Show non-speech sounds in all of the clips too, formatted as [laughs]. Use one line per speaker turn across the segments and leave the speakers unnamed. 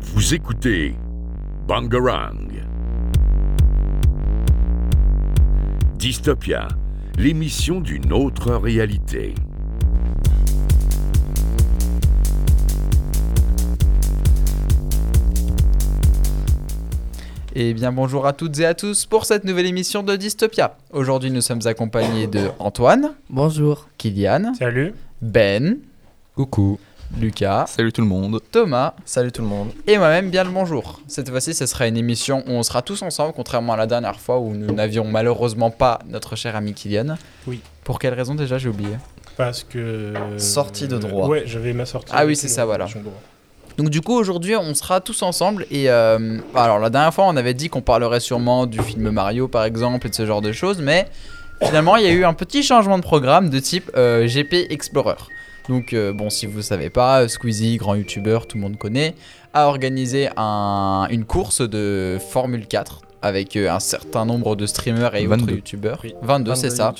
Vous écoutez Bangarang. Dystopia, l'émission d'une autre réalité.
Eh bien bonjour à toutes et à tous pour cette nouvelle émission de Dystopia. Aujourd'hui nous sommes accompagnés de Antoine,
Bonjour.
Kylian,
Salut.
Ben,
Coucou.
Lucas,
Salut tout le monde.
Thomas
Salut tout le monde.
et moi-même bien le bonjour. Cette fois-ci ce sera une émission où on sera tous ensemble contrairement à la dernière fois où nous n'avions malheureusement pas notre cher ami Kylian.
Oui.
Pour quelle raison déjà j'ai oublié
Parce que.
Sortie
euh,
de droit.
Ouais, j'avais ma sortie.
Ah oui, c'est ça, voilà. Donc du coup aujourd'hui on sera tous ensemble et euh, alors la dernière fois on avait dit qu'on parlerait sûrement du film Mario par exemple et de ce genre de choses mais finalement il y a eu un petit changement de programme de type euh, GP Explorer. Donc euh, bon si vous ne savez pas euh, Squeezie grand youtubeur tout le monde connaît a organisé un- une course de Formule 4 avec euh, un certain nombre de streamers et
22.
autres youtubeurs.
Oui.
22, c'est ça.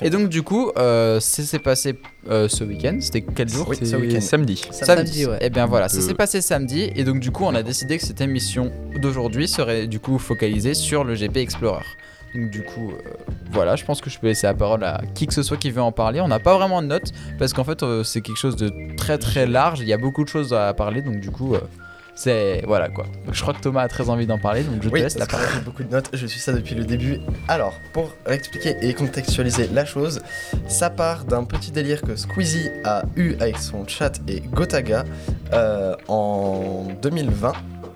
Et
Et
donc du coup euh, c'est c'est passé euh, ce week-end c'était quel jour
Oui,
C'est
ce week-end.
samedi.
samedi, ouais.
Et eh bien voilà, ça
Euh.
s'est passé samedi. Et donc, du coup, on a décidé que cette émission d'aujourd'hui serait du coup focalisée sur le GP Explorer. Donc, du coup, euh, voilà, je pense que je peux laisser la parole à qui que ce soit qui veut en parler. On n'a pas vraiment de notes parce qu'en fait, euh, c'est quelque chose de très très large. Il y a beaucoup de choses à parler. Donc, du coup, euh, c'est. Voilà quoi. Donc, je crois que Thomas a très envie d'en parler. Donc, je
oui,
te laisse la
parce
parole.
que j'ai beaucoup de notes, je suis ça depuis le début. Alors, pour expliquer et contextualiser la chose, ça part d'un petit délire que Squeezie a eu avec son chat et Gotaga euh, en 2020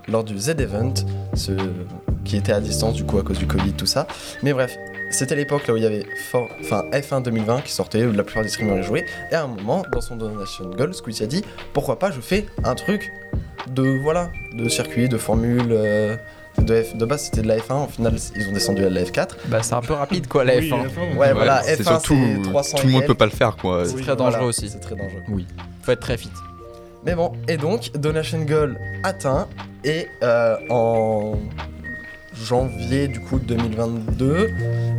lors du Z-Event, ce... qui était à distance du coup à cause du Covid, tout ça. Mais bref, c'était l'époque là où il y avait For- enfin, F1 2020 qui sortait, où la plupart des streamers y jouaient, et à un moment, dans son Donation Goal, Squeezie a dit pourquoi pas je fais un truc de voilà de circuit de formule euh, de, F- de base c'était de la F1 au final ils ont descendu à de la F4
Bah, c'est un peu rapide quoi, la F1.
ouais, voilà
c'est
F1
surtout,
c'est 300
tout le monde
et
peut pas le faire quoi.
C'est
Oui,
très
voilà,
dangereux aussi.
c'est très dangereux
Faut être très fit.
mais bon et donc Donation Goal atteint et euh, en janvier du coup 2022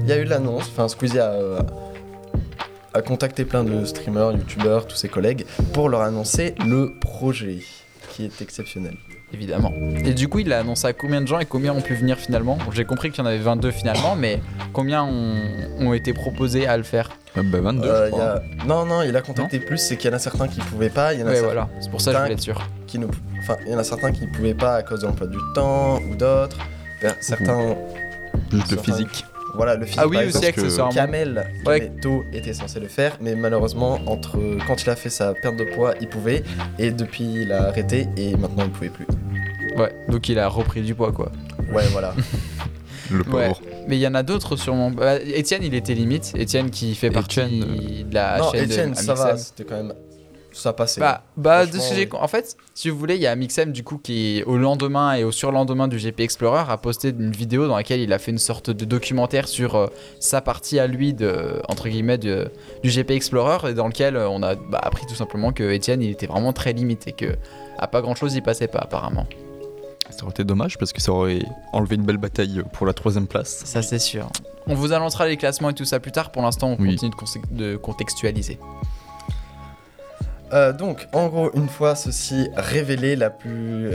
il y a eu l'annonce enfin Squeezie a, euh, a contacté plein de streamers youtubeurs tous ses collègues pour leur annoncer le projet qui est exceptionnel
Évidemment. Et du coup, il a annoncé à combien de gens et combien ont pu venir finalement Bon, J'ai compris qu'il y en avait 22 finalement, mais combien ont, ont été proposés à le faire
Euh, bah, 22
Euh, il
je
y
crois.
a- Non, non, il a contacté plus, c'est qu'il y en a certains qui pouvaient pas, il y en a
Ouais,
certains
voilà. C'est pour ça que je voulais être sûr.
qui ne... Enfin, il y en a certains qui pouvaient pas à cause de l'emploi du temps ou d'autres. Ben, Certains...
Juste le
Enfin,
physique.
Voilà, le physique,
Mhm. Ah oui,
par
aussi
exemple,
parce que-
accessoirement.
Kamel
Ouais.
Kemeto était censé le faire, mais malheureusement, entre quand il a fait sa perte de poids, il pouvait, et depuis, il a arrêté, et maintenant, il pouvait plus.
Ouais, donc il a repris du poids quoi.
Ouais,
[laughs]
voilà.
Le pauvre.
Mais il y en a d'autres sûrement. Bah, Étienne, il était limite. Étienne qui fait partie
Étienne,
de la
non,
chaîne
Etienne,
de
ça
Amixem.
va, c'était quand même... Ça passait.
euh, Bah, bah de
Franchement,
ce j'ai-
oui.
En fait, si vous voulez, il y a Mixem du coup qui, au lendemain et au surlendemain du GP Explorer, a posté une vidéo dans laquelle il a fait une sorte de documentaire sur euh, sa partie à lui de entre guillemets de- du GP Explorer et dans lequel euh, on a bah, appris tout simplement que Etienne il était vraiment très limité que à pas grand chose il passait pas apparemment.
Ça aurait été dommage parce que ça aurait enlevé une belle bataille pour la troisième place.
Ça c'est sûr. On vous annoncera les classements et tout ça plus tard. Pour l'instant, on
Oui.
continue de, conse- de contextualiser.
Euh, donc, en gros, une fois ceci révélé, la plus...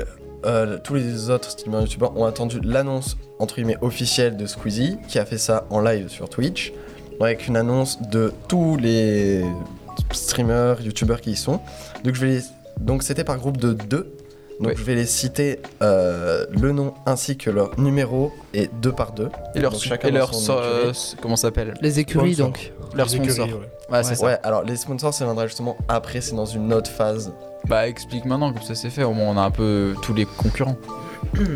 euh, tous les autres streamers youtubeurs ont attendu l'annonce entre guillemets officielle de Squeezie qui a fait ça en live sur Twitch avec une annonce de tous les streamers youtubeurs qui y sont. Donc je vais les- donc c'était par groupe de deux. Donc
Oui.
je vais les citer euh, le nom ainsi que leur numéro et deux par deux.
Et leur,
Donc
su-
chacun
et
dans
leur
son
so-
écurie.
euh, s- comment ça s'appelle
Les écuries
Sponsor.
donc.
Leur sponsor. Ouais, c'est ça.
Ouais, alors les sponsors ça viendra justement après, c'est dans une autre phase.
Bah explique maintenant comme ça c'est fait, au moins on a un peu tous les concurrents.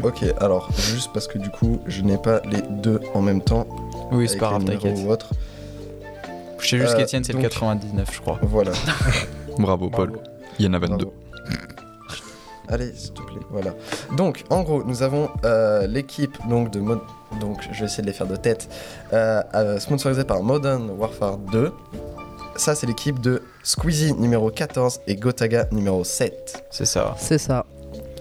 Ok, alors juste parce que du coup, je n'ai pas les deux en même temps.
Oui
avec les numéros ou autre.
Je sais juste
Euh,
qu'Etienne c'est le
donc-
99 je crois.
Voilà.
Bravo, Paul. Il y en a 22.
bravo. Allez, s'il te plaît. Voilà. Donc, en gros, nous avons euh, l'équipe donc de Mod- donc je vais essayer de les faire de tête. Euh, euh, sponsorisée par Modern Warfare 2. Ça, c'est l'équipe de Squeezie numéro 14 et Gotaga numéro 7.
C'est ça.
C'est ça.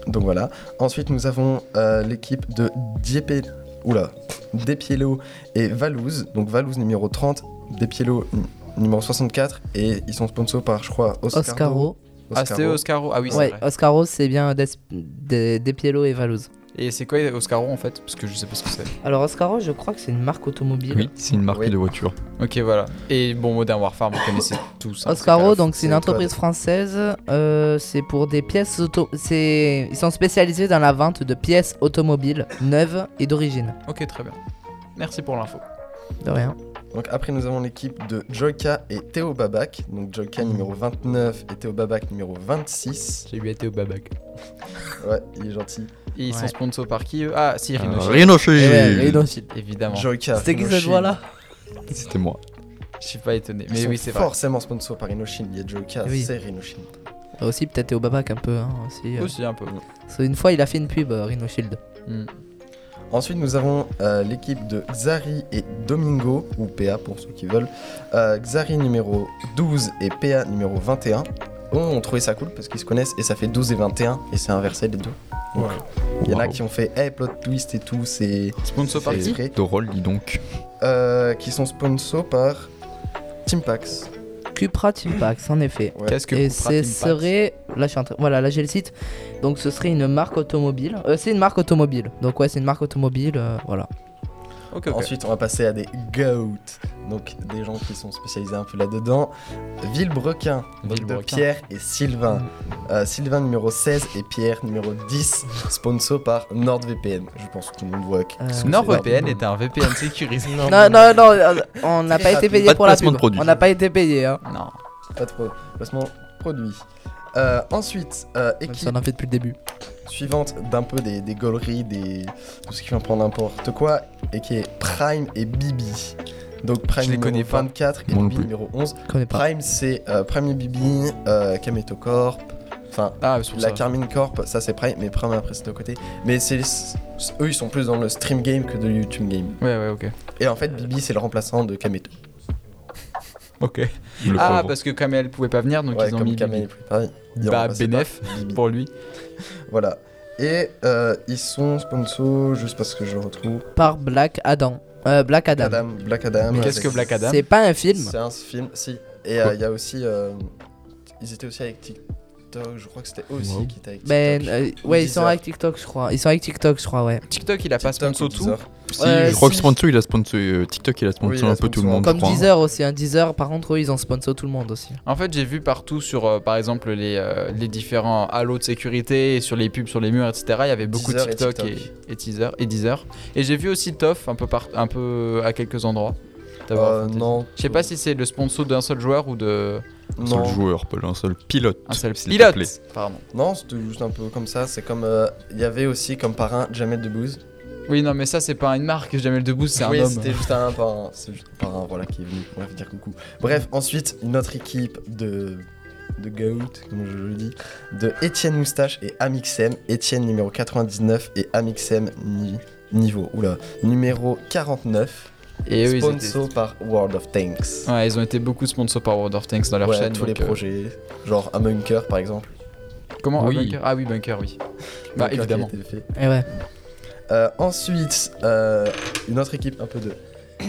Donc voilà. Ensuite, nous avons euh, l'équipe de Dieppe... Oula. Depiello et Valouz. Donc Valouz numéro 30, Depiello n- numéro 64. Et ils sont sponsors par, je crois, Oscaro.
Oscaro.
Ah, c'était
Oscaro.
Oscaro. Ah oui, c'est
ouais,
vrai.
Oscaro, c'est bien Des, Des- Despiello et Valouz.
Et c'est quoi Oscaro en fait Parce que je sais pas ce que c'est.
Alors, Oscaro, je crois que c'est une marque automobile.
Oui, c'est une marque
Oui.
de voiture.
Ok, voilà. Et bon, Modern Warfare, vous connaissez tous. hein,
Oscaro,
c'est pas
donc c'est une
c'est
entreprise française. euh, c'est pour des pièces auto. C'est ils sont spécialisés dans la vente de pièces automobiles neuves et d'origine.
la- Ok, très bien. Merci pour l'info.
De rien.
Donc après nous avons l'équipe de Joka et Théo Babac. Donc Joka numéro 29 et Théo Babac numéro 26.
J'ai eu été au babac.
Ouais, il est gentil.
Et ils sont
Ouais.
sponsors par qui eux Ah,
Euh,
si, Rhino Shield,
Eh ouais,
Rhinochérie
Rhinocil.
évidemment.
Joka.
C'était qui cette
Rhinoshield.
voix là
C'était moi.
Je suis pas étonné.
Ils
Mais
sont
oui, c'est vrai.
forcément sponsor par Rhinoshield. Il y a Joka,
Oui.
c'est Rhinoshield.
Ah, Aussi peut-être au babac un peu. Hein, aussi, euh.
Aussi un peu.
Parce qu'une fois il a fait une pub euh, Rhino Shield.
Hmm.
Ensuite, nous avons euh, l'équipe de Xari et Domingo, ou PA pour ceux qui veulent. Euh, Xari numéro 12 et PA numéro 21. On trouvait ça cool parce qu'ils se connaissent et ça fait 12 et 21 et c'est inversé les deux. Donc, Il y en a
Wow.
qui ont fait hey, plot twist et tout, c'est
Sponsor par
c'est
qui
frais.
Dorol, dis donc.
Euh, qui sont sponsors par Timpax.
Cupra Timpax, en effet.
Ouais.
Qu'est-ce que
Et
coûtera
ce
Team Pax
serait, là je suis en train- voilà, là j'ai le site. Donc ce serait une marque automobile. Euh, c'est une marque automobile. Donc ouais, c'est une marque automobile. euh, voilà.
Ok, ok.
Ensuite, on va passer à des GOAT, donc des gens qui sont spécialisés un peu là-dedans. Villebrequin, donc de
Villebrequin.
Pierre et Sylvain. Euh, Sylvain numéro 16 et Pierre numéro 10, sponsor par NordVPN. Je pense que tout le monde voit. que-
Euh,
que c'est
NordVPN est un VPN sécurisé.
Non, non, non, euh, on n'a pas
Très
été
rapide.
payé
Pas de
pour la
placement
pub.
de produit.
On n'a pas été payé. Hein.
Non.
Pas de pro- placement produit. Euh, ensuite, euh,
Même si
équipe
on en fait depuis le début.
suivante d'un peu des, des gauleries, des... tout ce qui vient prendre n'importe quoi, et qui est Prime et Bibi. Donc Prime
Je les
numéro
connais pas.
24 et
Moi non
Bibi
plus.
numéro 11.
Je connais pas.
Prime, c'est euh, Prime et Bibi, euh, Kameto Corp, enfin
Ah, c'est pour
la
ça.
Carmine Corp, ça c'est Prime, mais Prime après c'est de côté. Mais c'est c'est- eux ils sont plus dans le stream game que de YouTube game.
Ouais, ouais, ok.
Et en fait Bibi c'est le remplaçant de Kameto.
Ok.
Le
Ah,
pauvre.
parce que comme elle pouvait pas venir, donc
Ouais,
ils ont
comme
mis
Kamel
Bibi.
est plus pareil. Ils
Bah,
remplaçaient pas
bénef.
Bibi.
pour lui.
Voilà. Et euh, ils sont sponsors juste parce que je le retrouve.
Par Black Adam. Euh, Black Adam.
Adam, Black Adam.
Mais
euh,
qu'est-ce que
c'est-
Black Adam
C'est pas un film.
C'est un film, si. Et euh, il y a aussi. euh, ils étaient aussi avec TikTok, je crois que c'était eux aussi
Wow.
qui étaient avec TikTok.
Ben, euh, ouais, ils sont
Deezer.
avec TikTok, je crois. Ils sont avec TikTok, je crois, ouais.
TikTok, il a pas
TikTok ou
sponsor tout.
Deezer.
Si,
Euh,
je crois
si.
que Sponsor, il a sponsor euh, TikTok, il a
Oui,
sponsor
il a
un peu tout le
sponsor.
monde.
Comme
je crois. hein.
Deezer aussi. Un Deezer, par contre, eux, ils ont sponsor tout le monde aussi.
En fait, j'ai vu partout sur, euh, par exemple, les, euh, les différents halos de sécurité, et sur les pubs, sur les murs, etc. Il y avait beaucoup de
Deezer et
TikTok et,
TikTok.
et Teaser et Deezer. Et j'ai vu aussi Toff un peu par, un peu à quelques endroits. D'avoir
Euh,
affronté-
non.
Je sais pas si c'est le sponsor d'un seul joueur ou de
hein. Un seul
Non,
joueur, pas un seul pilote.
un seul
s'il te
pilote.
plaît.
Pardon.
non c'était juste un peu comme ça. C'est comme. euh, Il y avait aussi comme parrain Jamel Debbouze.
Oui, non, mais ça c'est pas une marque. Jamel Debbouze, c'est
oui,
un homme.
c'était juste [laughs] un parrain. C'est juste un parrain, voilà, qui est venu. On va lui dire coucou. Bref, ensuite, notre équipe de. De Goat, comme je le dis, de Étienne Moustache et Amixem. Étienne numéro 99 et Amixem ni- niveau, oula, numéro 49.
Et eux, ils étaient-
sponsor par World of Tanks.
Ouais, ils ont été beaucoup sponsors par World of Tanks dans leur
Ouais,
chaîne.
tous les
donc, euh,
projets, genre un bunker par exemple.
Comment Ah,
Oui.
Bunker Ah oui, Bunker, oui. Bah
Bunker qui a
évidemment.
été fait.
Et ouais.
Euh, ensuite, euh, une autre équipe un peu de [coughs]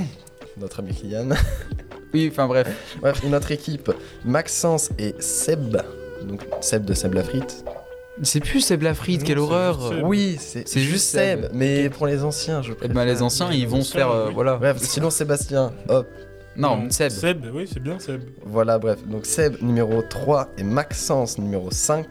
notre ami Kylian. [laughs]
Oui, enfin bref.
Bref, une autre équipe, Maxence et Seb. Donc Seb de Seb la frite.
C'est plus Seb Lafrite,
Non,
quelle
c'est
horreur.
juste Seb.
Oui, c'est
C'est juste
juste Seb,
Seb.
mais pour les anciens, je
Eh
préfère.
ben les anciens, ils vont se faire euh,
Oui.
voilà.
Bref, sinon Sébastien, hop,
Non, Seb.
Seb, oui, c'est bien Seb.
voilà, bref. Donc Seb numéro 3 et Maxence numéro 5,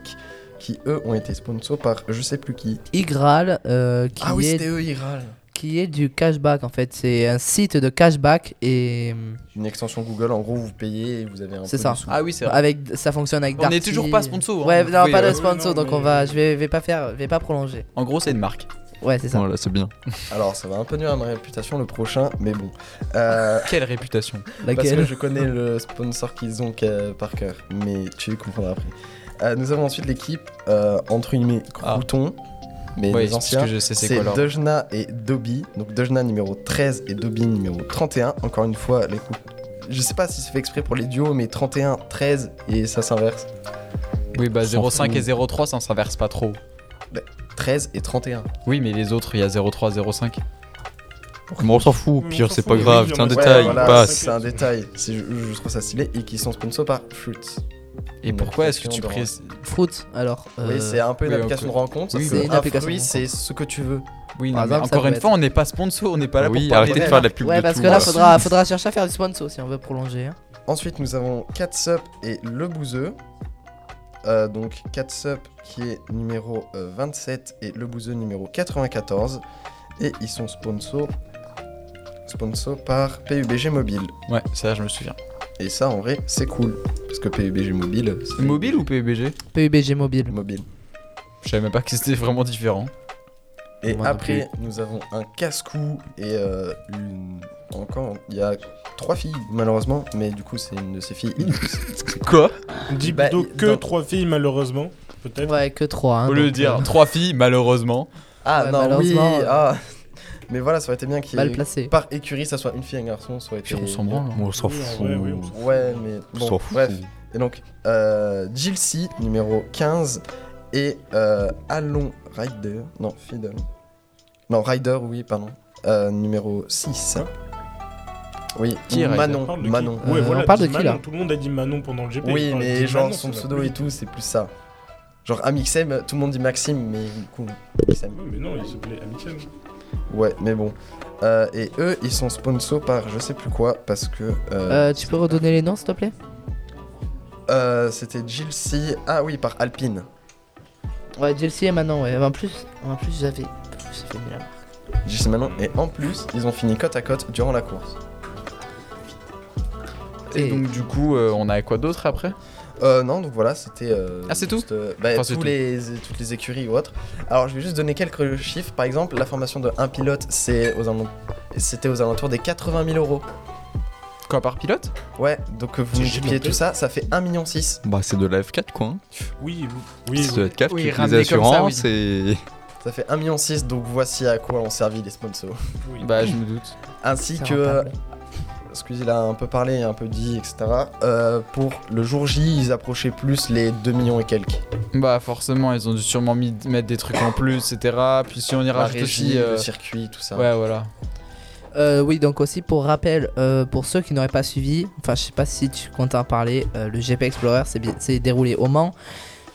qui eux ont été sponsors par je sais plus qui.
Igral, euh, qui,
Ah
est,
Ah eux, ils râlent.
qui est du cashback en fait. C'est un site de cashback et hum,
Une extension Google, en gros, vous payez et vous avez un
C'est
peu
ça.
de sous.
Ah oui, c'est vrai.
avec ça fonctionne avec
On n'est
Darty.
toujours pas sponsor. hein.
Ouais, non,
Oui,
pas
euh,
de
oui,
sponsor,
non,
donc on
mais-
va, je vais, vais pas faire, je vais pas prolonger.
En gros, c'est une marque.
Ouais, c'est ça.
Voilà, c'est bien.
Alors, ça va un peu nuire à ma réputation le prochain, mais bon. Euh,
Quelle réputation.
Parce
Laquelle
que je connais le sponsor qu'ils ont que- par cœur, mais tu comprendras après. Euh, nous avons ensuite l'équipe, euh, entre guillemets,
Ah.
Crouton, mais
Oui,
les
parce que
anciens.
je sais c'est
C'est
quoi leur.
Dojna et Dobby, donc Dojna numéro 13 et Dobby numéro 31. Encore une fois, les coups. Je sais pas si c'est fait exprès pour les duos, mais 31, 13 et ça s'inverse.
Oui, bah
s'en
05
fout.
et 03, ça ne s'inverse pas trop.
13 et 31.
Oui, mais les autres, il y a 03, 05.
Mais on s'en
Mais
fout,
on
pire,
s'en
c'est
fout,
pas
oui,
grave,
oui,
c'est un
on-
détail,
Ouais,
il
voilà,
passe.
c'est un détail. C'est- Je, je trouve ça stylé et qui sont sponsors par Fruits.
Et
Une
pourquoi est-ce que tu
application de
prises
Fruit, alors. euh,
Oui, c'est un peu une
oui,
application de
ok.
rencontre.
Oui,
sauf
c'est
que
une
un
application
fruit,
de
c'est ce que tu veux.
Oui,
Par
non, mais
exemple, ça
encore
peut
une
être-
fois, on n'est pas sponsor, on n'est pas là
Ah Oui,
pour parler
arrêtez de
de-
faire de la pub
Ouais,
de
parce
tout.
que là,
voilà.
faudra, faudra chercher à faire du sponsor si on veut prolonger. hein.
Ensuite, nous avons Catsup et Le Bouzeux. Euh, donc Catsup qui est numéro euh, 27 et Le Bouzeux numéro 94. Et ils sont sponsors sponsor par PUBG Mobile.
Ouais, ça, je me souviens.
Et ça, en vrai, c'est cool. Parce que PUBG Mobile. c'est-
Mobile ou PUBG
PUBG mobile.
Mobile.
Je savais même pas que c'était vraiment différent.
Et
Moi non
après, nous avons un casse-cou et euh, une. Encore, il y a trois filles, malheureusement, mais du coup, c'est une de ces filles.
Quoi
Dis
Bah,
plutôt
il-
que
dans-
trois filles, malheureusement. Peut-être.
Ouais, que hein, 3.
Au lieu de
euh,
dire trois filles, malheureusement.
ah
Ouais,
non, oui,
malheureusement, euh,
ah. Mais voilà, ça aurait été bien qu'il y
Mal
ait
placé.
par écurie, ça soit une fille et un garçon, ça aurait été.
Puis Ah, on s'en branle. hein.
On s'en
Oui, en
fout.
vrai, oui, on s'en
Ouais, mais
On
bon,
s'en fout.
bref. Et donc, euh, Jill C, numéro 15, et euh, Alon Rider, non, Fiddle. Non, Rider, oui, pardon, euh, numéro 6. Oui,
Qui est Ryder
Manon,
On parle de qui
Manon. Euh,
Ouais,
Euh,
voilà,
on parle de
dis
qui,
Manon.
là
Tout le monde a dit Manon pendant le GP.
Oui,
Enfin,
mais
dis
genre
Manon,
son
ça va
pseudo
plus
et
vite.
tout, c'est plus ça. Genre Amixem, tout le monde dit Maxime, mais du coup, Amixem.
Ouais, mais non, il s'appelait Amixem.
Ouais, mais bon. Euh, et eux, ils sont sponsors par je sais plus quoi, parce que... euh,
Euh, tu peux redonner les noms, s'il te plaît
euh, C'était Jill C, ah oui, par Alpine.
Ouais, Jelsi et Manon, ouais. En plus, en plus j'avais. ça fait bien.
Jill C Manon, et en plus, ils ont fini côte à côte durant la course.
Et
Et-
donc, du coup, euh, on a quoi d'autre après
Euh, non, donc voilà, c'était. euh,
Ah, c'est tout
juste, euh, bah,
Enfin, c'est
tous
tout.
les, Toutes les écuries ou autres. Alors, je vais juste donner quelques chiffres. Par exemple, la formation de un pilote, c'est aux alent- c'était aux alentours des 80 000 euros.
Quoi, par pilote
Ouais, donc euh, vous
C'est
multipliez
génial.
tout ça, ça fait 1,6 million. Ça
Bah, c'est de la F4, quoi. hein.
Oui, oui.
C'est
oui.
de la F4,
Oui,
toutes les
ramener comme ça,
assurances et.
fait 1,6 million, donc voici à quoi ont servi les sponsors.
oui.
Bah, je me doute.
Ainsi
C'est
que. euh,
rentable.
Parce qu'il a un peu parlé, un peu dit, etc. Euh, pour le jour J, ils approchaient plus les 2 millions et quelques.
Bah, forcément, ils ont dû sûrement mis- mettre des trucs en plus, etc. Puis si on y
La
rajoute
régie,
aussi. euh,
le circuit, tout ça.
Ouais, voilà.
Euh, oui, donc aussi pour rappel, euh, pour ceux qui n'auraient pas suivi, enfin je sais pas si tu comptes en parler, euh, le GP Explorer s'est bien- s'est déroulé au Mans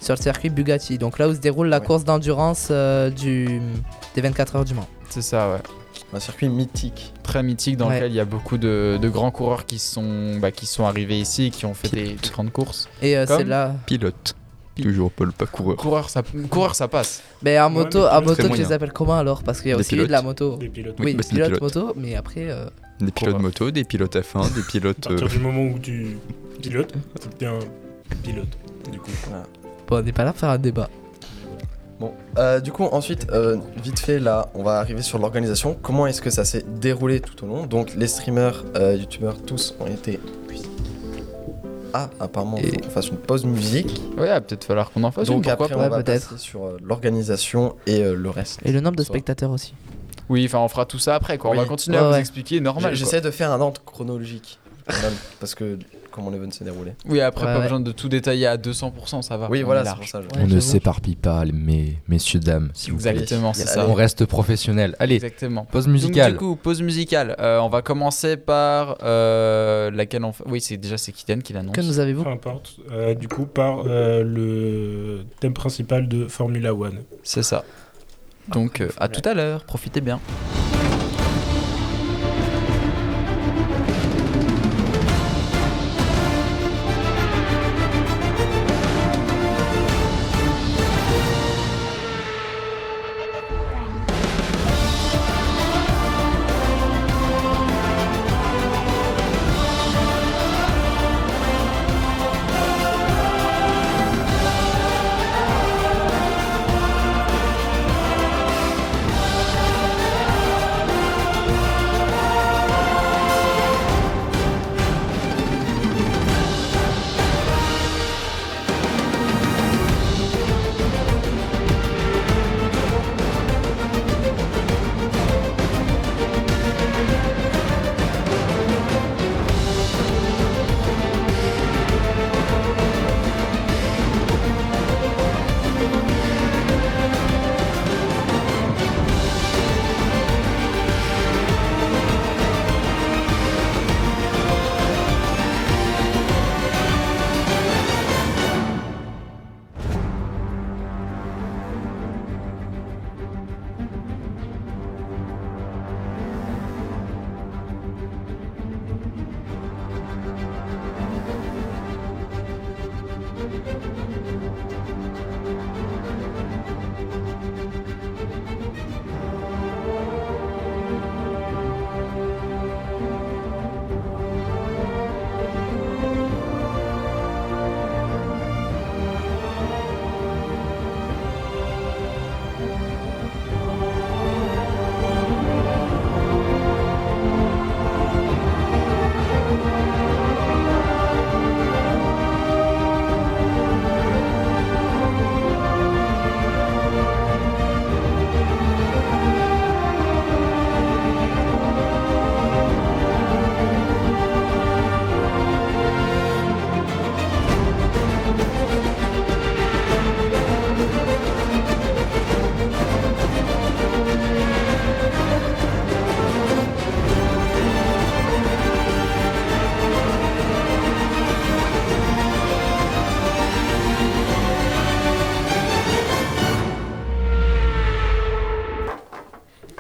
sur le circuit Bugatti, donc là où se déroule la
Ouais.
course d'endurance euh, du, des 24 heures du Mans.
C'est ça, ouais.
Un circuit mythique.
Très mythique dans
Ouais.
lequel il y a beaucoup de, de grands coureurs qui sont, bah, qui sont arrivés ici, qui ont fait des, des grandes courses.
Et euh,
Comme
c'est là.
Pilote. Toujours Paul, pas coureur.
Coureur, ça, coureur, ça passe.
Mais en
Ouais,
moto,
mais
en
c'est
moto tu
moyen.
les appelles comment alors Parce qu'il y a
Des
aussi eu de la
pilotes.
moto.
Des pilotes.
Oui, pilote
bah, c'est des pilotes.
moto, mais après. euh,
Des pilotes
Coureur.
moto, des pilotes F1, des
À
pilotes.
partir
euh,
du moment où tu pilotes, c'est que t'es un pilote. Du coup.
Bon, on n'est pas là pour faire un débat.
Bon, euh, du coup, ensuite, euh, vite fait, là, on va arriver sur l'organisation. Comment est-ce que ça s'est déroulé tout au long Donc, les streamers, euh, youtubeurs, tous ont été. Ah, apparemment,
Et-
faut qu'on fasse une pause musique.
Ouais, va peut-être falloir qu'on en fasse une,
Donc,
pourquoi
après,
pas.
on
pas,
va
peut-être.
passer sur euh, l'organisation et euh, le reste.
Et le nombre de
Soit.
spectateurs aussi.
Oui, enfin, on fera tout ça après, quoi.
Oui.
On va continuer
Ouais,
à vous
ouais.
expliquer, normal.
J-
quoi.
J'essaie de faire un ordre chronologique, quand même, parce que comment l'event s'est déroulé.
Oui, après,
Ouais,
pas
ouais.
besoin de tout détailler à 200%, ça va.
Oui,
on
voilà,
est
c'est
large.
pour ça. je-
Ouais,
On ne
j'avoue.
s'éparpille pas, mais messieurs, dames, s'il vous plaît.
Exactement, c'est
Allez.
ça.
On reste professionnel. Allez,
Exactement.
pause
Ah. Donc,
musicale.
du coup, pause musicale. Euh, on va commencer par euh, laquelle on fait. Oui, c'est déjà c'est Kylian qui l'annonce.
Que nous avez-vous
Peu importe. Euh, du coup, par euh, le thème principal de Formula One.
C'est ça. Donc, euh, à tout à l'heure. Profitez bien.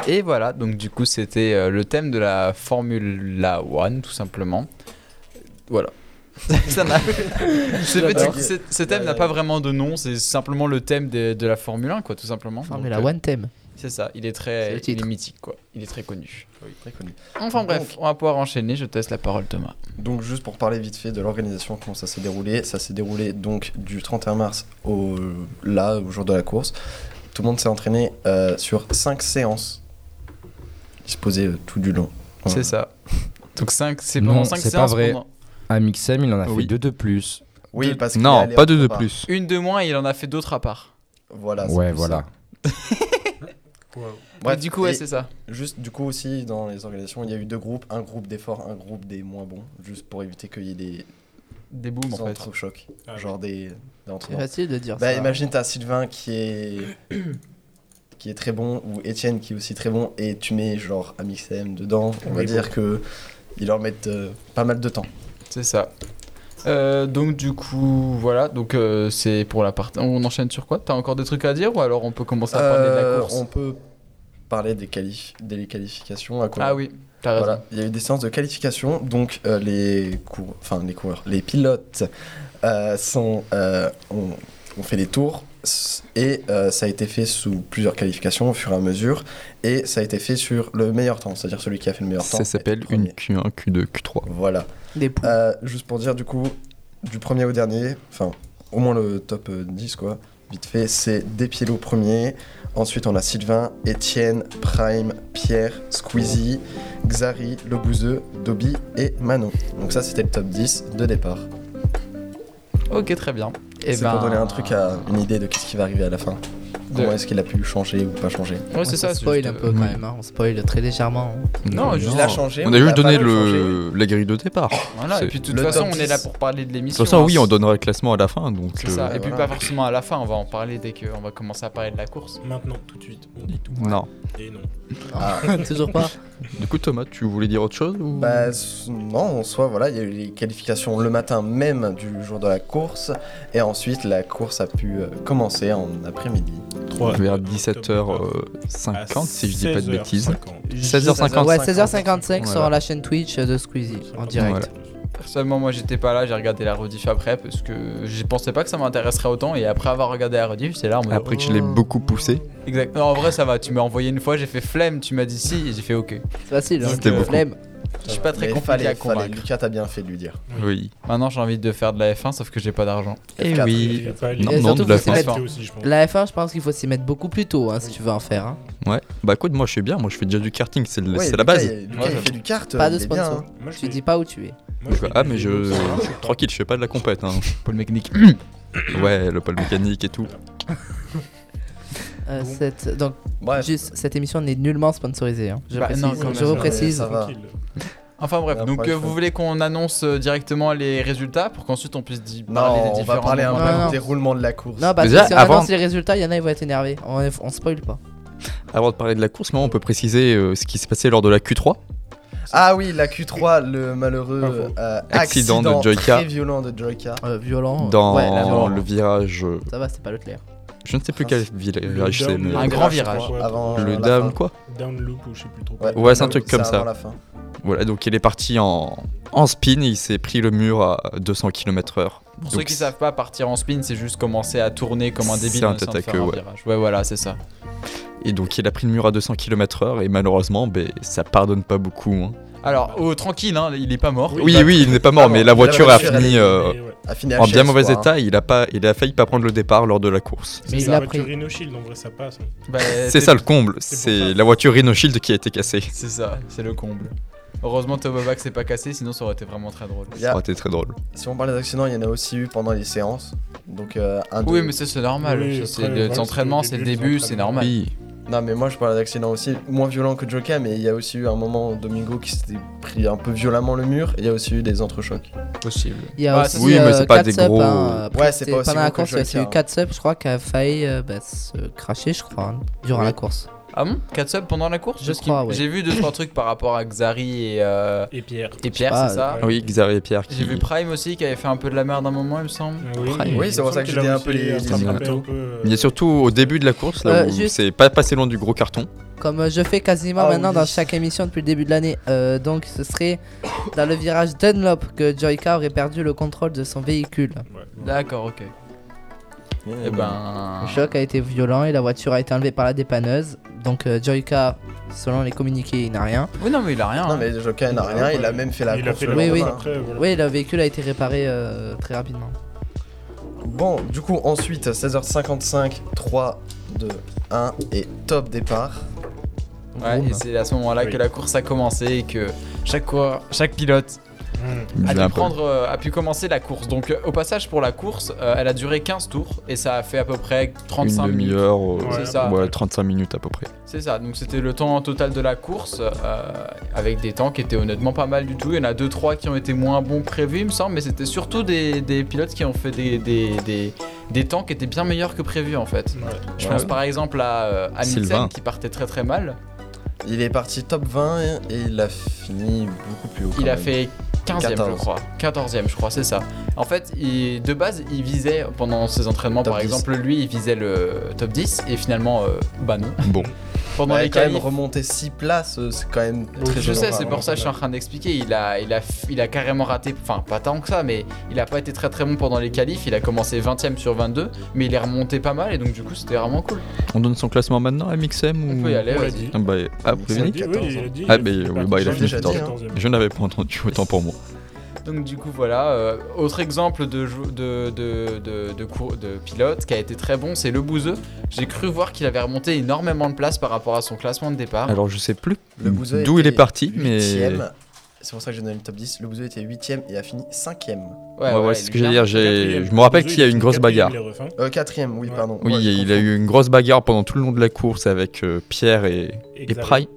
Et voilà, donc du coup, c'était euh, le thème de la Formula One, tout simplement. Voilà. [laughs] Ça n'a- ce,
J'adore.
petit- ce- ce thème n'a pas vraiment de nom, c'est simplement le thème de, de la Formule 1, quoi, tout simplement.
Formula
Donc, euh,
One Theme.
C'est ça, il est
C'est
très
le
il est
titre.
mythique, quoi. Il est très connu.
Très connu.
Enfin bref,
Donc-
on va pouvoir enchaîner, je te laisse la parole, Thomas.
Donc juste pour parler vite fait de l'organisation, comment ça s'est déroulé, ça s'est déroulé donc du 31 mars au là au jour de la course. Tout le monde s'est entraîné euh, sur 5 séances qui se posaient euh, tout du long. Voilà.
C'est ça. Donc 5, c'est
Non,
pendant 5
c'est
séances.
pas vrai.
pendant-
Amixem, Ah, il en a
Oui.
fait deux de plus.
Oui, parce qu'il
Non,
allait
pas
en
deux de
prépa.
plus.
Une de moins et il en a fait d'autres à part.
Voilà. c'est
ouais,
plus
voilà.
ça.
Ouais,
Bref,
du coup, ouais,
et
c'est ça.
juste du coup aussi dans les organisations, il y a eu deux groupes, un groupe des forts, un groupe des moins bons, juste pour éviter qu'il y ait des
Des booms en fait.
entrechocs,
Ah oui.
genre des, des
C'est
entraînements.
facile de dire
Bah
ça.
imagine t'as Sylvain qui est [coughs] qui est très bon ou Étienne qui est aussi très bon et tu mets genre Amixem dedans, on va
Oui,
dire que ils leur mettent euh, pas mal de temps.
C'est ça. Euh, donc du coup voilà donc euh, c'est pour la partie on enchaîne sur quoi t'as encore des trucs à dire ou alors on peut commencer à parler de la
Euh,
course
on peut parler des qualifs, des qualifications à quoi
ah oui t'as raison
Voilà, il y a eu des séances de qualification, donc euh, les cours, enfin les coureurs, les pilotes euh, sont, euh, ont, ont fait des tours s- et euh, ça a été fait sous plusieurs qualifications au fur et à mesure et ça a été fait sur le meilleur temps, c'est-à-dire celui qui a fait le meilleur temps.
Ça s'appelle
est
une
premier.
Q1, Q2, Q3.
Voilà.
Des poules.
Euh, juste pour dire du coup, du premier au dernier, enfin au moins le top euh, 10 quoi, vite fait, c'est Despielo premier, ensuite on a Sylvain, Étienne, Prime, Pierre, Squeezie, Xari, Le Bouzeux, Dobby et Manon. Donc ça c'était le top 10 de départ.
ok très bien Eh ben, et
c'est pour donner un truc à une idée de qu'est-ce qui va arriver à la fin. Comment est-ce qu'il a pu changer ou pas changer
ouais
On
c'est ça
spoil
juste,
un
euh,
peu quand même, hein. on spoil très légèrement. hein.
Non, juste
Il a changé.
On
ou
a
il
juste donné
pas changé
le... la grille de départ. De
Voilà, et
C'est
puis de toute
le
façon,
top
on est
10.
là pour parler de l'émission.
toute façon, oui,
hein.
on donnera le classement à la fin. Donc,
C'est ça,
euh,
et puis
voilà.
pas forcément à la fin, on va en parler dès qu'on va commencer à parler de la course.
Maintenant, tout de suite, on dit tout.
Non.
Et non.
Ah.
[laughs] Toujours pas.
Du coup, Thomas, tu voulais dire autre chose ou...
Bah s- non, en soi, voilà, il y a eu les qualifications le matin même du jour de la course, et ensuite la course a pu euh, commencer en après-midi.
3,
Vers 17h50, si je dis pas de bêtises. 16h55.
Ouais, 16h55 sur
Voilà.
la chaîne Twitch de Squeezie en direct.
Voilà.
Personnellement, moi j'étais pas là, j'ai regardé la rediff après parce que je pensais pas que ça m'intéresserait autant. Et après avoir regardé la rediff, c'est là en mode. oh,
Après que je l'ai beaucoup poussé.
Exact. Non, en vrai, ça va, tu m'as envoyé une fois, j'ai fait flemme, tu m'as dit si, et j'ai fait ok.
C'est facile, hein.
C'était
Le
beaucoup.
flemme.
Je suis pas très
Mais
compliqué
fallait-
à
fallait-
convaincre.
Lucas, t'as bien fait de lui dire.
Oui.
Maintenant, j'ai envie de faire de la F1, sauf que j'ai pas d'argent.
Et Eh oui. Non,
Et
non,
surtout,
de la
faut s'y
fin.
mettre.
aussi, je pense.
La F1, je pense qu'il faut s'y mettre beaucoup plus tôt hein, si tu veux en faire. hein.
Ouais. Bah écoute, moi je suis bien, moi je fais déjà du karting, c'est le-
Ouais,
c'est
Lucas,
la base.
il- Lucas,
Ouais,
il
j'avoue.
fait du kart.
Pas de
il est bien,
sponsor.
hein.
Moi, je
Tu
fais-
dis pas où tu es.
moi, je fais
Ah
des
mais
vidéos,
je...
ça marche ou pas
Tranquille, je fais pas de la compète. Hein. [laughs]
Pôle mécanique.
Ouais, le pôle mécanique et tout.
Euh,
Bon.
cette- Donc,
hein. Bref,
juste, cette émission n'est nullement sponsorisée. hein. Je,
Bah,
précise,
non,
je
quand même,
reprécise.
ça va.
Tranquille.
Enfin bref,
Ouais,
donc
après,
euh,
je-
vous voulez qu'on annonce euh, directement les résultats pour qu'ensuite on puisse di- parler
non,
des
on va
différents
parler un
moments.
moments.
peu
Non,
du
non.
déroulement de la course.
bah,
Non, parce
Déjà,
que si on
avant-
annonce les résultats, il y en a, ils vont être énervés. On, on spoil pas.
Avant de parler de la course, moi on peut préciser euh, ce qui s'est passé lors de la Q3.
Ah oui, la Q3, le malheureux
Info.
euh,
Accident
accident,
de Joyka.
très violent de Joyka.
Euh, violent. euh,
Dans
ouais, la mort.
le virage, euh,
Ça va, c'était pas le clair.
je ne sais plus quel vil- virage c'est, mais-
Un grand virage.
Avant
le
la
dam
fin.
quoi.
Down loop ou je sais plus trop.
Ouais, c'est un truc comme
avant
ça.
la fin.
Voilà, donc il est parti en, en spin et il s'est pris le mur à 200 km/h.
Pour ceux qui savent pas partir en spin, c'est juste commencer à tourner comme un débile
C'est un
en essayant de
tataque,
faire un
ouais.
virage. Ouais, voilà, c'est ça.
Et donc il a pris le mur à 200 km/h et malheureusement, ben, ça pardonne pas beaucoup. hein.
Alors, oh, tranquille, hein, il est pas mort.
bah,
Oui, oui, il n'est pas mort,
Ah
mais
bon,
la voiture a
voiture, elle
fini euh,
A fini
en
HS,
bien mauvais
quoi, hein.
état. Il a pas, il a failli pas prendre le départ lors de la course.
Mais il
Mais il
a
a
pris.
pris. Rhino Shield, en vrai, ça passe. hein.
Bah,
C'est
t'es-
ça le comble,
c'est pour
c'est
ça.
la voiture Rhino Shield qui a été cassée.
C'est ça, c'est le comble. Heureusement, Tobovac s'est pas cassé, sinon ça aurait été vraiment très drôle.
Il y
Ça
a-
aurait été très drôle.
Si on parle d'accidents, il y en a aussi eu pendant les séances. Donc euh, un
Oui,
de-
mais ça c'est normal.
Oui,
Ça, c'est
après,
les
voilà,
entraînements, c'est
c'était
le
le
début,
début des
c'est
entraînements.
normal.
Oui,
Non, mais moi je parle d'accident aussi moins violent que Joker, mais il y a aussi eu un moment Domingo qui s'était pris un peu violemment le mur. Et il y a aussi eu des entrechocs.
Possible.
Il y a
Bah,
aussi,
c'est-
Oui, mais c'est
euh,
pas
quatre
des
subs,
gros-
hein. Après,
Ouais, c'est
c'était
pas aussi
pendant la
gros que
course,
le
il y a eu
Joker,
4 subs, je crois, qui a failli euh, bah, se cracher, je crois, hein, durant
Oui.
la course.
Ah bon 4 subs pendant la course
Je
Parce qu'il-
crois, ouais.
J'ai vu 2-3 trucs par rapport à Xari et, euh,
Et Pierre.
et Pierre,
Ah,
c'est ça
euh,
ouais.
oui, Xavier et Pierre qui.
J'ai vu Prime aussi qui avait fait un peu de la merde à un moment, il me semble.
oui,
il me
c'est pour
semble
ça que
qu'il
je dis
a
un peu
réussi
les-
à
les
rattraper
bateaux.
un peu, euh,
Il est surtout au début de la course, là
Euh,
où
juste-
c'est pas passé loin du gros carton.
Comme euh, je fais quasiment
Ah
maintenant
oui.
dans chaque émission depuis le début de l'année. Euh, donc ce serait dans le virage Dunlop que Joyka aurait perdu le contrôle de son véhicule.
D'accord, ok. Eh ben.
Ah.
Le choc a été violent et la voiture a été enlevée par la dépanneuse. Donc euh, Joyka, selon les communiqués, il n'a rien.
Oui, non, mais il a rien.
Non
hein.
mais Joker n'a rien, il a même fait la
Il a
course
fait
le
la
Oui,
course
oui.
lendemain.
après, voilà.
Oui, le véhicule a été réparé euh, très rapidement.
Bon, du coup, ensuite, 16h55, 3, 2, 1 et top départ.
hein. Ouais,
Boum.
et c'est à ce moment-là
Oui.
que la course a commencé et que chaque coureur, chaque pilote
Mmh.
Il
a
faisait
dû,
un peu-
prendre, euh, a pu commencer la course. Donc, euh, au passage, pour la course, euh, elle a duré 15 tours et ça a fait à peu près 35
une
minutes.
demi-heure, euh,
Ouais,
ouais,
c'est ça.
35 minutes à peu près.
C'est ça, donc c'était le temps total de la course euh, avec des temps qui étaient honnêtement pas mal du tout. Il y en a 2-3 qui ont été moins bons que prévus, il me semble, mais c'était surtout des, des pilotes qui ont fait des, des, des, des temps qui étaient bien meilleurs que prévus en fait.
Ouais.
Je pense
Ouais.
par exemple à euh, Hamilton
Sylvain.
qui partait très très mal.
Il est parti top 20 et il a fini beaucoup plus haut. quand
Il a
même.
fait 15 e je
14e.
crois. 14 e je crois, c'est ça. En fait, il- de base, il visait pendant ses entraînements,
Top
par
10.
exemple, lui, il visait le top 10 et finalement, euh, bah
[laughs]
non.
Bon.
Pendant
Ouais,
les
quand même
qualifs,
remonter 6 places, euh, c'est quand même très hein.
je sais,
honorable.
c'est pour ça que je suis en train d'expliquer. Il a, il, a, il a carrément raté, enfin pas tant que ça, mais il a pas été très très bon pendant les qualifs. Il a commencé 20ème sur 22, mais il est remonté pas mal et donc du coup c'était vraiment cool.
On donne son classement maintenant à MixM
On
ou...
peut y aller,
On l'a
vas-y.
dit.
Ah, bah, ah, vous
Il a
l'avez dit
dit, oui, il a dit.
Ah, bah, oui, bah, il a
fini
déjà dit,
14e.
hein.
Je n'avais pas entendu, autant pour moi.
Donc du coup voilà, euh, autre exemple de, jou- de, de, de, de cour- de pilote qui a été très bon, c'est le Bouzeux. J'ai cru voir qu'il avait remonté énormément de places par rapport à son classement de départ.
Alors je sais plus
Le Bouzeux
d'où il
était
est parti, mais...
huitième. C'est pour ça que j'ai donné le top 10. Le Bouzeux était 8ème et a fini 5ème.
Ouais, ouais,
voilà,
c'est
il
ce
est
que j'allais
bien.
dire. j'ai-
Quatrième.
Je me rappelle qu'il y a eu
Quatrième,
une grosse bagarre.
il est refait.
Euh, 4ème, oui,
Ouais.
pardon.
Oui,
Ouais, je
il a
confonds.
eu une grosse bagarre pendant tout le long de la course avec euh, Pierre et, et
Xavi.
Pry.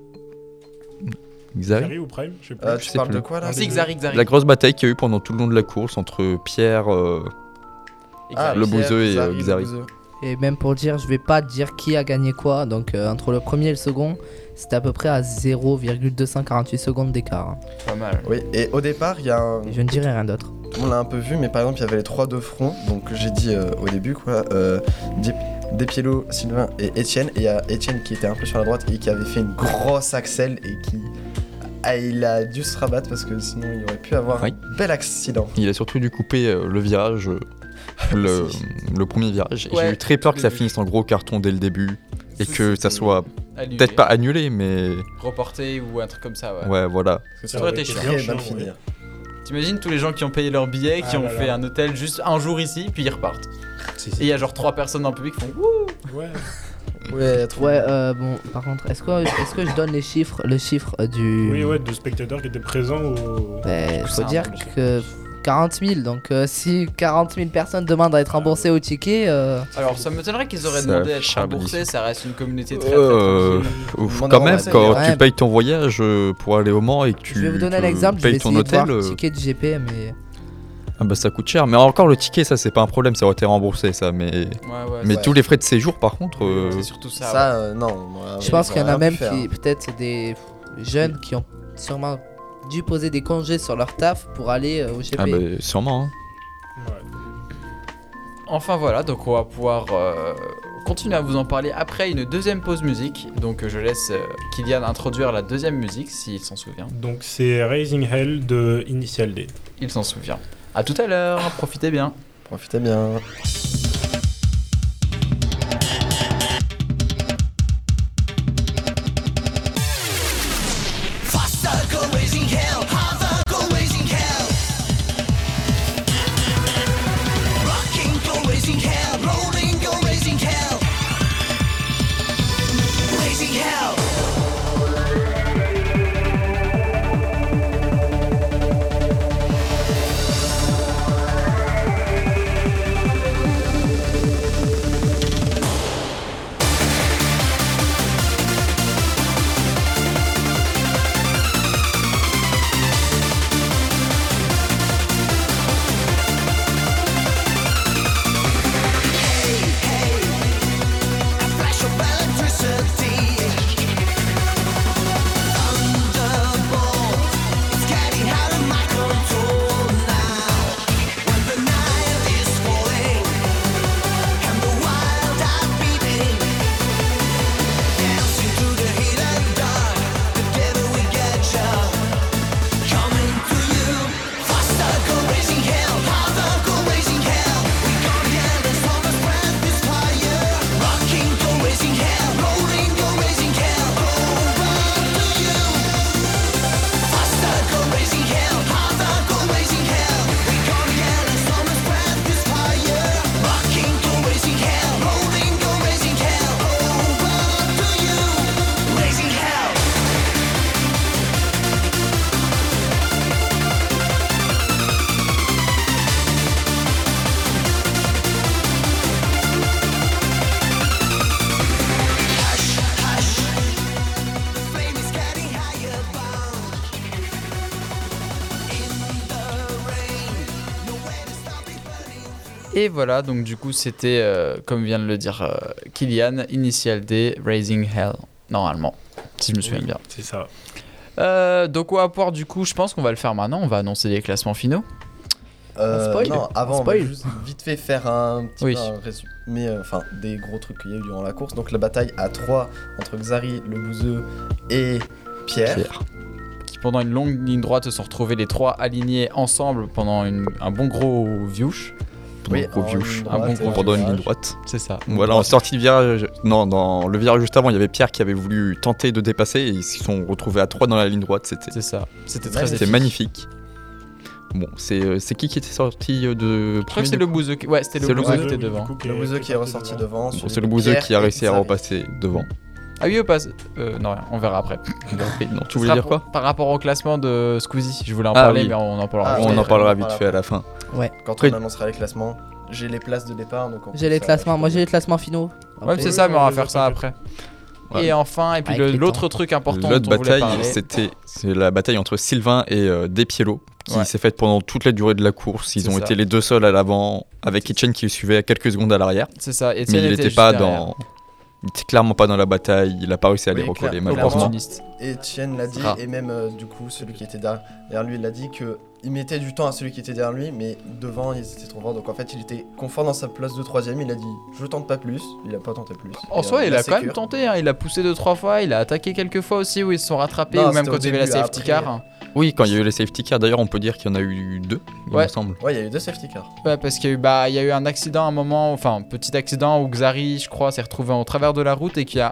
Xavi
Xavi ou Prime, je sais plus.
Euh,
je
tu
sais
parles
plus.
de quoi là
Un
Si,
des
Xari, Xari.
La grosse bataille qu'il y a eu pendant tout le long de la course entre Pierre. euh,
Ah,
Xari.
le Bouzeux et,
Xari,
euh,
le
Xari.
Bouzeux.
Et même pour dire, je vais pas dire qui a gagné quoi. Donc euh, entre le premier et le second, c'était à peu près à 0,248 secondes d'écart.
Ah,
Pas mal.
Oui, et au départ, il y a un.
Et Je ne dirai rien d'autre.
On l'a un peu vu, mais par exemple, il y avait les trois de front, donc j'ai dit euh, au début, quoi. Euh, Di- Despiello, Sylvain et Étienne. Et il y a Étienne qui était un peu sur la droite et qui avait fait une grosse axelle et qui. Ah, il a dû se rabattre parce que sinon il aurait pu avoir
Oui.
un bel accident.
Il a surtout dû couper euh, le
[laughs]
virage, euh, le,
Si.
le premier virage. Et
Ouais,
J'ai eu très peur que ça
début.
finisse en gros carton dès le début et
Si,
que
si,
ça
si.
soit
Annulé.
peut-être pas annulé, mais
Reporté ou un truc comme ça, ouais.
ouais, voilà.
Parce que
Ça aurait été chiant.
très
chiant,
mal
ouais.
fini.
T'imagines tous les gens qui ont payé leur billet, qui
Ah
ont
là
fait
là.
un hôtel juste un jour ici, puis ils repartent.
Si,
Et il y a genre trois personnes dans le public qui font Ouh
Ouais.
Ouais, trop
Ouais, euh, bon, par contre, est-ce que, est que je donne les chiffres Le chiffre euh, du.
Oui, ouais, de spectateurs qui étaient présents au.
Ben, faut
c'est un
dire
peu le
que 40 000, donc euh, si 40 000 personnes demandent à être remboursées au ticket, euh,
Alors ça m'étonnerait qu'ils auraient
Ça
demandé à être
charlie.
remboursés, ça reste une communauté très très
Euh,
tranquille.
ouf,
Mon
quand même,
avance,
quand
ouais.
tu payes ton voyage euh, pour aller au Mans et que tu
je vais vous donner un
te
exemple, je vais
payes
essayer
ton
de
hôtel,
voir le
euh,
ticket de GP, mais
ah bah, ça coûte cher. Mais encore le ticket, ça c'est pas un problème, ça aurait été remboursé ça. Mais,
Ouais, ouais,
mais
ouais.
tous les frais de séjour par contre. euh,
c'est surtout ça.
Ça,
ouais.
euh, non. moi,
je pense
ils
qu'il y en
auraient
a
rien
même
pu faire. hein.
qui, peut-être des jeunes qui ont sûrement dû poser des congés sur leur taf pour aller euh, au GP.
Ah bah, sûrement. hein.
Ouais.
Enfin voilà, donc on va pouvoir euh, continuer à vous en parler après une deuxième pause musique. Donc euh, je laisse euh, Kylian introduire la deuxième musique s'il s'en souvient.
Donc c'est Raising Hell de Initial D.
Il s'en souvient. À tout à l'heure, profitez bien.
Profitez bien.
Raising
Et voilà, donc du coup, c'était, euh, comme vient de le dire euh, Kylian, Initial D, Raising Hell, normalement, si je me souviens bien.
C'est ça.
Euh, donc, au rapport, du coup, je pense qu'on va le faire maintenant. On va annoncer les classements finaux.
Euh,
spoil
non, avant,
On
on,
spoil
va juste vite fait faire un petit
Oui.
peu un résumé, euh, enfin des gros trucs qu'il y a eu durant la course. Donc la bataille à 3 entre Xari, le bouseux et Pierre.
Qui, pendant une longue ligne droite, se sont retrouvés les trois alignés ensemble pendant une- un bon gros viouche.
Oui,
oh,
Pendant
en
gros viouche.
ligne
Un bon
droite,
gros
euh,
Pendant une ligne
virage.
droite.
C'est ça.
Voilà, en sortie de virage. Non, dans le virage juste avant, il y avait Pierre qui avait voulu tenter de dépasser et ils se sont retrouvés à 3 dans la ligne droite. C'était
C'est ça. C'était
Ouais,
très
C'était
efficace.
magnifique. Bon, c'est euh, c'est qui qui était sorti euh, de.
Je crois que c'est le bouseux qui... Ouais, c'était
C'est
le
le
bouseux qui
bouseux,
était devant.
Le bouseux qui est ressorti devant.
Bon,
suivi
c'est
de
le bouseux
Pierre
qui a
et
réussi à
Xari.
repasser devant.
Ah oui, au passe. Euh, non, rien, on verra après.
Non, tu
Ce
voulais
sera
dire
pour-
quoi
Par rapport au classement de Squeezie, je voulais en
Ah
parler,
oui.
mais on en parlera.
Ah,
après.
On en
ouais,
parlera
on
vite
parlera
fait à la fin.
Quand
Après-
on annoncera les classements, j'ai les places de départ. donc on
J'ai
peut
les
faire-
classements, moi j'ai les classements finaux.
Ouais,
Après,
c'est ça, mais on va faire ça
Ouais.
après.
Ouais.
Et enfin, et puis
Avec
le-
les
l'autre truc important dont
L'autre
on voulait
bataille,
parler,
c'était c'est la bataille entre Sylvain et euh, Despiello, qui
Ouais.
s'est faite pendant toute la durée de la course. Ils
C'est
ont
ça.
été les deux seuls à l'avant, avec Etienne qui le suivait à quelques secondes à l'arrière.
c'est ça. Etienne
Mais il
était
n'était
juste
pas
derrière.
dans. Il était clairement pas dans la bataille, il a pas réussi à les
Oui,
recoller
clair-
malheureusement.
Opportuniste.
Etienne l'a dit,
Ah.
et même euh, du coup, celui qui était derrière derrière lui, il l'a dit que il mettait du temps à celui qui était derrière lui, mais devant, ils étaient trop forts. Donc en fait, il était confort dans sa place de troisième. Il a dit Je tente pas plus. Il a pas tenté plus.
En
Et, euh,
soi, il a quand même
sécure.
tenté. hein, Il a poussé deux trois fois. Il a attaqué quelques fois aussi où ils se sont rattrapés
Non,
ou même
c'était
quand
au
il y avait la
début,
safety
après.
car. hein.
Oui, quand il y a eu les safety cars, d'ailleurs, on peut dire qu'il y en a eu deux, il
Ouais.
me semble.
Ouais, il y a eu deux safety cars.
Ouais, parce qu'il y a eu bah il y a eu un accident à un moment, enfin un petit accident où Xari, je crois, s'est retrouvé au travers de la route et qu'il y a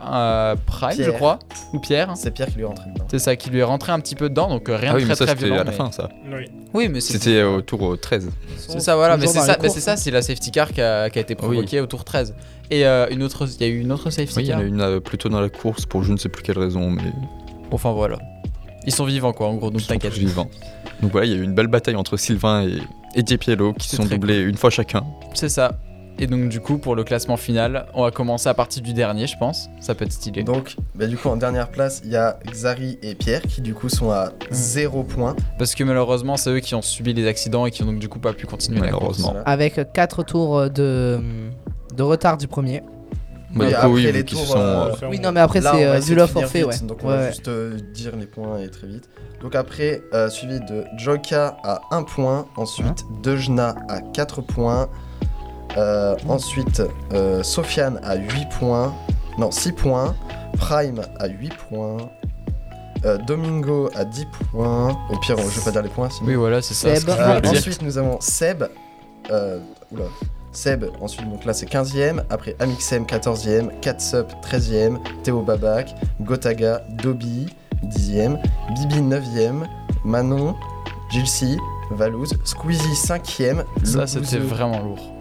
un Prime, je
Pierre.
crois, ou Pierre.
C'est Pierre qui lui est rentré dedans.
C'est ça qui lui est rentré un petit peu dedans, donc euh, rien de
Ah oui,
très
mais ça
très
c'était
violent.
à la
mais-
fin, ça.
Oui.
Oui, mais c'est
C'était au tour euh, 13.
C'est ça, voilà, mais
Toujours
c'est
dans
ça,
les
mais
courses,
c'est ça, c'est la safety car qui a, qui a été provoquée au tour 13. Et euh, une autre, il y a eu une autre safety
Oui, il y en
car.
a une euh, plutôt dans la course pour je ne sais plus quelle raison, mais
Enfin voilà, ils sont vivants quoi, en gros,
ils
donc
sont
t'inquiète.
tous vivants. Donc voilà, il y a eu une belle bataille entre Sylvain et, et Despiello qui se
C'est
sont
très
doublés une fois chacun.
C'est ça. Et donc du coup, pour le classement final, on va commencer à partir du dernier, je pense. Ça peut être stylé.
Donc, bah, du coup, en dernière place, il y a Xari et Pierre qui, du coup, sont à 0 points.
Parce que malheureusement, c'est eux qui ont subi les accidents et qui ont donc du coup pas pu continuer la course.
Malheureusement.
Voilà.
Avec 4 tours de, de retard du premier.
Bah,
Et
du
après
coup, oui,
les
vu qu'ils se
tours,
sont.
euh,
euh,
Ferme-
Oui, non, mais après
Là,
c'est
on va
euh,
essayer
du
de
love
finir
forfait, ouais.
vite, Donc on
Ouais,
va
ouais.
juste euh, dire les points et très vite. Donc après, euh, suivi de Joka à 1 point, ensuite Dejna à 4 points, euh, ensuite euh, Sofiane à 8 points, non 6 points, Prime à 8 points, euh, Domingo à 10 points, au pire je vais pas dire les points sinon.
Oui, voilà, c'est ça.
Seb.
Ce qu'il
Euh,
faut dire.
ensuite nous avons Seb, euh, oula, Seb, ensuite donc là c'est 15ème, après Amixem 14ème, Katsup 13ème, Théo Babak, Gotaga, Dobby 10ème, Bibi 9ème, Manon, Gilsi, Valouz, Squeezie 5ème,
Ça,
Le
c'était
Bouzeux-
vraiment lourd.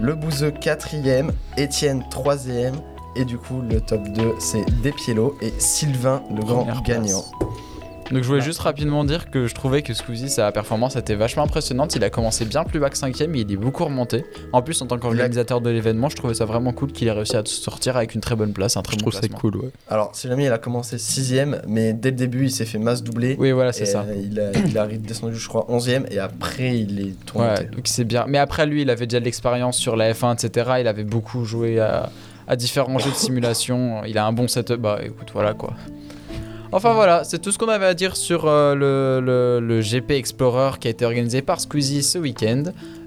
Le Bouzeux 4ème, Étienne 3ème, et du coup le top 2 c'est Despiello et Sylvain le grand
Première place.
gagnant.
Donc je voulais juste rapidement dire que je trouvais que Squeezie, sa performance était vachement impressionnante. Il a commencé bien plus bas que 5 mais il est beaucoup remonté. En plus, en tant qu'organisateur de l'événement, je trouvais ça vraiment cool qu'il ait réussi à sortir avec une très bonne place, un très
Je
bon
trouve ça
classement.
cool, ouais.
Alors si jamais il a commencé 6ème, mais dès le début il s'est fait masse doubler.
Oui, voilà, Ah, c'est
Et,
ça.
euh, Il, a, il arrive descendu, je crois, 11ème, et après, il est tourmenté.
Ouais, donc c'est bien. Mais après, lui, il avait déjà de l'expérience sur la F1, etc. Il avait beaucoup joué à, à différents jeux de simulation. Il a un bon setup. Bah écoute, voilà quoi. Enfin voilà, c'est tout ce qu'on avait à dire sur euh, le, le- le GP Explorer qui a été organisé par Squeezie ce week-end.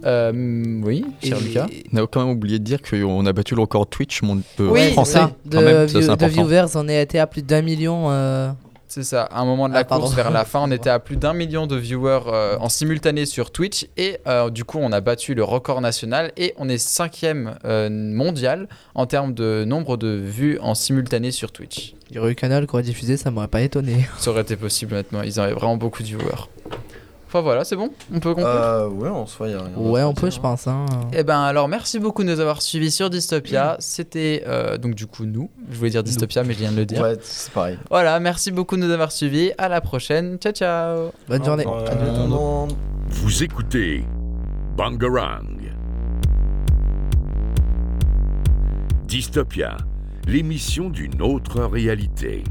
Euh, oui, cher Lucas.
On a quand même oublié de dire qu'on a battu le record Twitch mon, euh,
Oui,
Ouais, c'est
français.
ça. De,
quand même, ça,
view-
c'est
de
important.
viewers, on est été à plus d'un million. euh,
C'est ça, à un moment de la
Ah, pardon.
course, vers la fin, on était à plus d'un million de viewers euh, en simultané sur Twitch et euh, du coup on a battu le record national et on est cinquième euh, mondial en termes de nombre de vues en simultané sur Twitch.
Il y aurait eu Canal qui aurait diffusé, ça m'aurait pas étonné.
Ça aurait été possible honnêtement, ils avaient vraiment beaucoup de viewers. Enfin voilà, c'est bon, on peut conclure.
Euh, ouais, en soi, il y a rien. d'autre
Ouais,
à
on peut,
dire,
je
hein.
pense. Hein.
Eh ben alors merci beaucoup de nous avoir suivis sur Dystopia. C'était euh, donc du coup nous, je voulais dire Dystopia mais je viens de le dire.
Ouais, c'est pareil.
Voilà, merci beaucoup de nous avoir suivis. À la prochaine. Ciao ciao.
Bonne
Au
journée.
revoir.
En attendant,
Vous écoutez Bangarang. Dystopia, l'émission d'une autre réalité.